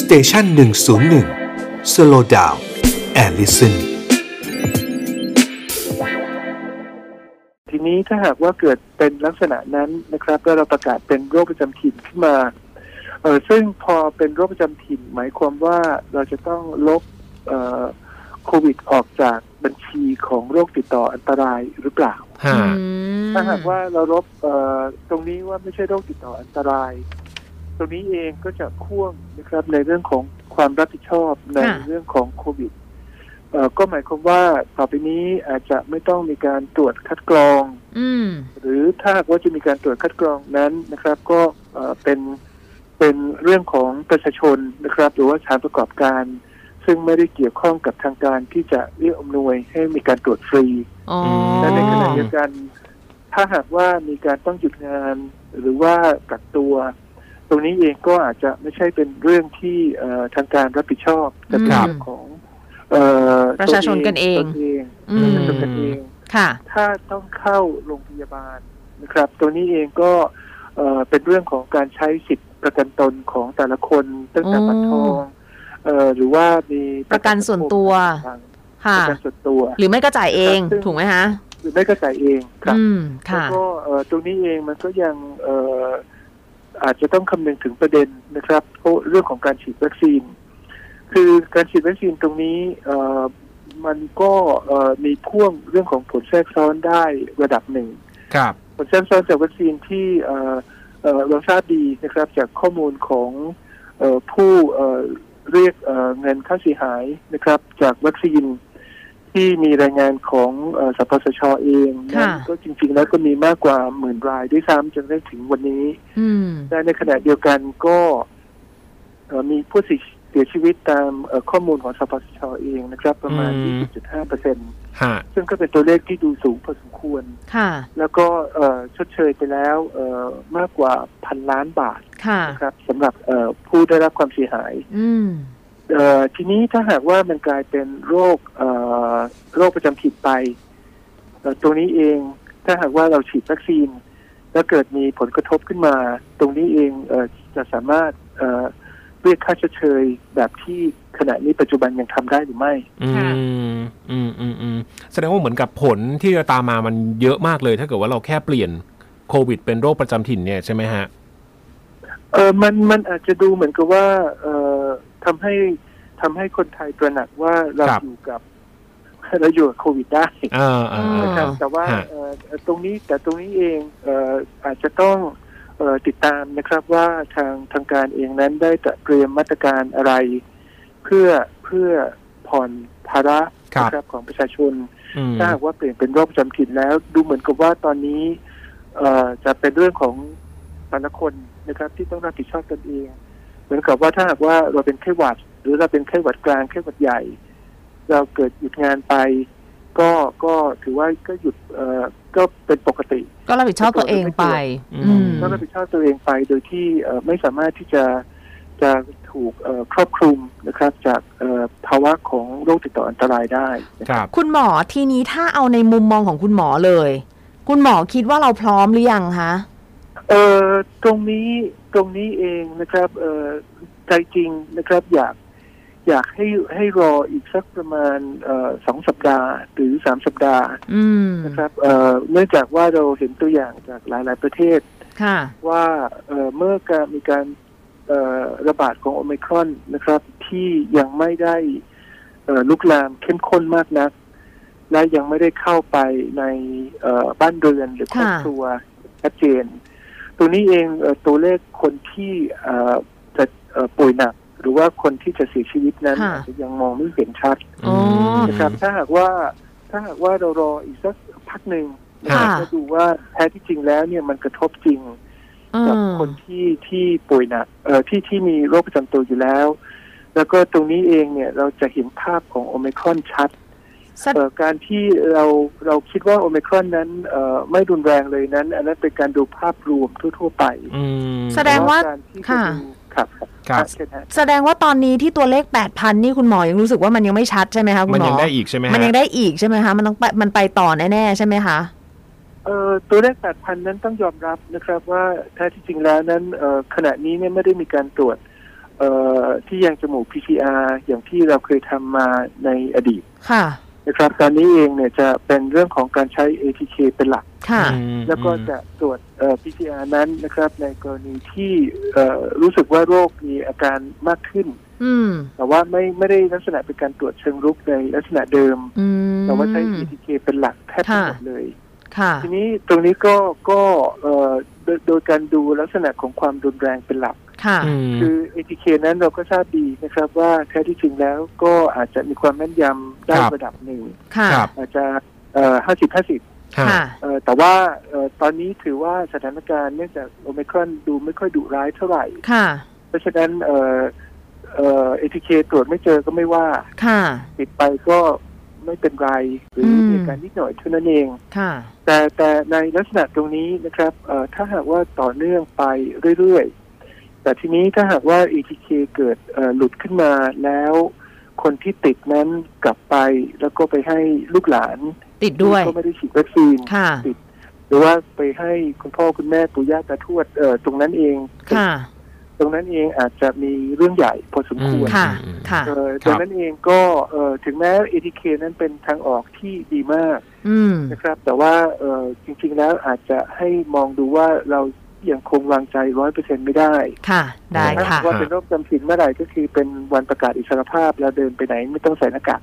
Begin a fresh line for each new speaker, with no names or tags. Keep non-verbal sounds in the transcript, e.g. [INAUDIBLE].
สเตชันหนึ่งศูนย์หนึ่งสโลดาวแอลลิสัน
ทีนี้ถ้าหากว่าเกิดเป็นลักษณะนั้นนะครับแล้วเราประกาศเป็นโรคประจำถิ่นขึ้นมาเออซึ่งพอเป็นโรคประจำถิ่น หมายความว่าเราจะต้องลบเอ่อโควิดออกจากบัญชีของโรคติดต่ออันตรายหรือเปล่า
ฮะ
อืม
ถ้าหากว่าเราลบเอ่อตรงนี้ว่าไม่ใช่โรคติดต่ออันตราย ตรงนี้เองก็จะพ่วงนะครับในเรื่องของความรับผิดชอบในเรื่องของโควิดเอ่อก็หมายความว่าต่อไปนี้อาจจะไม่ต้องมีการตรวจคัดกรอง
อืม
หรือถ้าหากว่าจะมีการตรวจคัดกรองนั้นนะครับ ก็เอ่อเป็นเป็นเรื่องของประชาชนนะครับ หรือว่าสถานประกอบการ ซึ่งไม่ได้เกี่ยวข้องกับทางการที่จะเอื้ออำนวยให้มีการตรวจฟรี
อ๋อ
และในขณะเดียวกัน ถ้าหากว่ามีการต้องหยุดงานหรือว่ากักตัว ตรงนี้เองก็อาจจะไม่ใช่เป็นเรื่องที่เอ่อทางการรับผิดชอบแต่เป็นเรื่องของเอ่อ
ประชาชนกันเอง
ตัวเอง
อื
ประ
ม
ชาชนกันเอง
ค่ะ
ถ้าต้องเข้าโรงพยาบาลนะครับ ตัวนี้เองก็เอ่อเป็นเรื่องของการใช้สิทธิประกันตนของแต่ละคนตั้งแต่บัตรทองเอ่อหรือว่ามี
ประกันส่วนตัว
ต่างๆ
ค่ะ
ประกันส่วนตัว
หรือไม่ก็จ่ายเอง
ครับซึ่ง
ถูกไหมฮะ
หรือไม่ก็จ่ายเองครับ
อืม
แล้ว
ค่ะ
ก็เอ่อตรงนี้เองมันก็ยังเอ่ออาจจะต้องคำนึงถึงประเด็นนะครับเพราะเรื่องของการฉีดวัคซีน คือการฉีดวัคซีนตรงนี้เอ่อมันก็เอ่อมีพ่วงเรื่องของผลแทรกซ้อนได้ระดับหนึ่ง
ครับ
ผลแทรกซ้อนจากวัคซีนที่เอ่อเอ่อเราทราบดีนะครับจากข้อมูลของเอ่อผู้เอ่อเรียกเอ่อเงินค่าเสียหายนะครับ จากวัคซีนที่มีรายงานของเอ่อสปสชเอง
ค่ะ
นั้นก็จริง ๆ แล้วก็มีมากกว่าหมื่นรายด้วยซ้ำจนได้ถึงวันนี้
อืม
และในขณะเดียวกันก็เอ่อมีผู้เสียชีวิตตามเอ่อข้อมูลของสปสชเองนะครับ ประมาณ 20.5เปอร์เซ็นต์
ฮะ
ซึ่งก็เป็นตัวเลขที่ดูสูงพอสมควร
ค่ะ
แล้วก็เอ่อชดเชยไปแล้วเอ่อมากกว่าพันล้านบาท
ค่ะ
นะครับสำหรับเอ่อผู้ได้รับความเสียหาย
อืม
เอ่อทีนี้ถ้าหากว่ามันกลายเป็นโรคเอ่อโรคประจำถิ่นไปเอ่อตรงนี้เองถ้าหากว่าเราฉีดวัคซีน แล้วเกิดมีผลกระทบขึ้นมา ตรงนี้เองเอ่อจะสามารถเอ่อเรียกค่าชดเชยแบบที่ขณะนี้ปัจจุบันยังทำได้หรือไม่
อืม
ค่ะ
อืมอืมอืมแสดงว่าเหมือนกับผลที่จะตามมามันเยอะมากเลย ถ้าเกิดว่าเราแค่เปลี่ยนโควิดเป็นโรคประจำถิ่นเนี่ยใช่ไหมฮะ
เออมัน มันอาจจะดูเหมือนกับว่า เอ่อทำให้ทำให้คนไทยตระหนักว่าเรา
ครับ
อยู่กับ [LAUGHS] เราอยู่กับโควิดได้
เออเออเออ
นะครับ
อ่า
แต่ว่า
ฮะ
เอ่อตรงนี้แต่ตรงนี้เองเอ่ออาจจะต้องเอ่อติดตามนะครับว่าทางทางการเองนั้นได้เตรียมมาตรการอะไร เพื่อเพื่อผ่อนภาระนะครับของประชาชน
อืม
ถ้าหากว่าเปลี่ยนเป็นโรคประจำถิ่นแล้ว ดูเหมือนกับว่าตอนนี้ เอ่อจะเป็นเรื่องของแต่ละคนนะครับ ที่ต้องรับผิดชอบตนเอง เหมือนกับว่าถ้าหากว่าเราเป็นไข้หวัด หรือเราเป็นไข้หวัดกลางไข้หวัดใหญ่ เราเกิดหยุดงานไป ก็ก็ถือว่าก็หยุดเอ่อก็เป็นปกติ
ก็รับผิดชอบตัวเองไป อืม
ก็รับผิดชอบตัวเองไปโดยที่เอ่อไม่สามารถที่จะจะถูกเอ่อครอบคลุมนะครับ จากเอ่อภาวะของโรคติดต่ออันตรายได้นะครับ
ครับ
คุณหมอทีนี้ถ้าเอาในมุมมองของคุณหมอเลย คุณหมอคิดว่าเราพร้อมหรือยังคะ
เอ่อตรงนี้ตรงนี้เองนะครับเอ่อใจจริงนะครับ อยากอยากให้ให้รออีกสักประมาณเอ่อสองสัปดาห์หรือสามสัปดาห์
อืม
นะครับเอ่อเนื่องจากว่าเราเห็นตัวอย่างจากหลาย ๆ ประเทศ
ค่ะ
ว่าเอ่อเมื่อการมีการเอ่อระบาดของโอมิครอนนะครับ ที่ยังไม่ได้เอ่อลุกลามเข้มข้นมากนัก และยังไม่ได้เข้าไปในเอ่อบ้านเรือนหรือครอบ
ค่ะ
ครัวชัดเจน ตัวนี้เองเอ่อตัวเลขคนที่เอ่อจะเอ่อป่วยหนัก หรือว่าคนที่จะเสียชีวิตนั้น
ค่ะ
อาจจะยังมองไม่เห็นชัด
อ๋อ
นะครับ ถ้าหากว่าถ้าหากว่าเรารออีกสักพักหนึ่งนะครับ
ค่ะ
จะดูว่าแท้ที่จริงแล้วเนี่ยมันกระทบจริง
อื
กับ
ม
คนที่ที่ป่วยหนักเอ่อที่ที่มีโรคประจำตัวอยู่แล้ว แล้วก็ตรงนี้เองเนี่ยเราจะเห็นภาพของโอ i ครอนชัด
สัก
เอ่อการที่เราเราคิดว่าโอ i ครอนนั้นเอ่อไม่รุนแรงเลยนั้น อันนั้นเป็นการดูภาพรวมทั่ว ๆ ไป
อืม
แสดง ว่า
การที่
ค่ะ
จะดูครับครับ
ครับ
เชิญฮะ
แสดงว่าตอนนี้ที่ตัวเลข8ปดพันนี่คุณหมอยังรู้สึกว่ามันยังไม่ชัดใช่ไหมคะคุณ
มัน
หมอ
ยังได้อีกใช่ไหมฮะ
มันยังได้อีกใช่ไหมคะ มันต้องไปมันไปต่อแน่ๆใช่ไหมคะ
เอ่อตัวเลข 8,000 นั้นต้องยอมรับนะครับว่าแท้ที่จริงแล้วนั้นเอ่อขณะนี้เนี่ยไม่ได้มีการตรวจ เอ่อที่ยังจมูก PCR อย่างที่เราเคยทำมาในอดีต
ค่ะ
นะครับ ตอนนี้เองเนี่ยจะเป็นเรื่องของการใช้ ATK เป็นหลัก
ค่ะ
อืม
แล้วก็จะตรวจเอ่อ PCR นั้นนะครับ ในกรณีที่เอ่อรู้สึกว่าโรคมีอาการมากขึ้น
อืม
แต่ว่าไม่ไม่ได้ลักษณะเป็นการตรวจเชิงรุกในลักษณะเดิม
อืม
แต่ว่าใช้ ATK เป็นหลักแทบทั้งหมดเลย
ค่ะ
ทีนี้ตรงนี้ก็ก็เอ่อโดยโดยการดูลักษณะของความรุนแรงเป็นหลัก
ค่ะ
อืม
คือ ATK นั้นเราก็ทราบดีนะครับว่าแท้ที่จริงแล้วก็อาจจะมีความแม่นยำได้ระดับหนึ่ง
ค่ะ
ครับ
อาจจะเอ่อห้าสิบห้าสิบ
ฮะ
ค่ะ
แต่ว่าเอ่อตอนนี้ถือว่าสถานการณ์เนื่องจากโอมครอนดูไม่ค่อยดุร้ายเท่าไหร่
ค่ะ
เพราะฉะนั้นเอ่อเอ่อ ATK ตรวจไม่เจอก็ไม่ว่า
ค่ะ
ติดไปก็ไม่เป็นไรหรืออ
ม
มีอาการนิดหน่อยเท่านั้นเอง
ค่ะ
แต่แต่ในลักษณะตรงนี้นะครับเอ่อถ้าหากว่าต่อเนื่องไปเรื่อยๆ แต่ทีนี้ถ้าหากว่า ETK เกิดเอ่อหลุดขึ้นมาแล้ว คนที่ติดนั้นกลับไปแล้วก็ไปให้ลูกหลาน
ติดด้วย
ที่ก็ไม่ได้ฉีดวัคซีน
ค่ะ
หรือว่าไปให้คุณพ่อคุณแม่ปู่ย่าตาทวดเอ่อตรงนั้นเอง
ค่ะ
ตรงนั้นเองอาจจะมีเรื่องใหญ่พอสมควร
ค่ะ ค่ะ
เอ่อตรงนั้นเองก็เอ่อถึงแม้ ETK นั้นเป็นทางออกที่ดีมาก
อืม
นะครับแต่ว่าเอ่อจริงๆแล้วอาจจะให้มองดูว่าเรายังคงวางใจร้อยเปอร์เซ็นไม่ได้
ค่ะ ได้
นะ
ค่ะ
ว่าเป็นโรคจำสินเมื่อไหร่ก็คือเป็นวันประกาศอิสรภาพเราเดินไปไหนไม่ต้องใส่หน้ากาก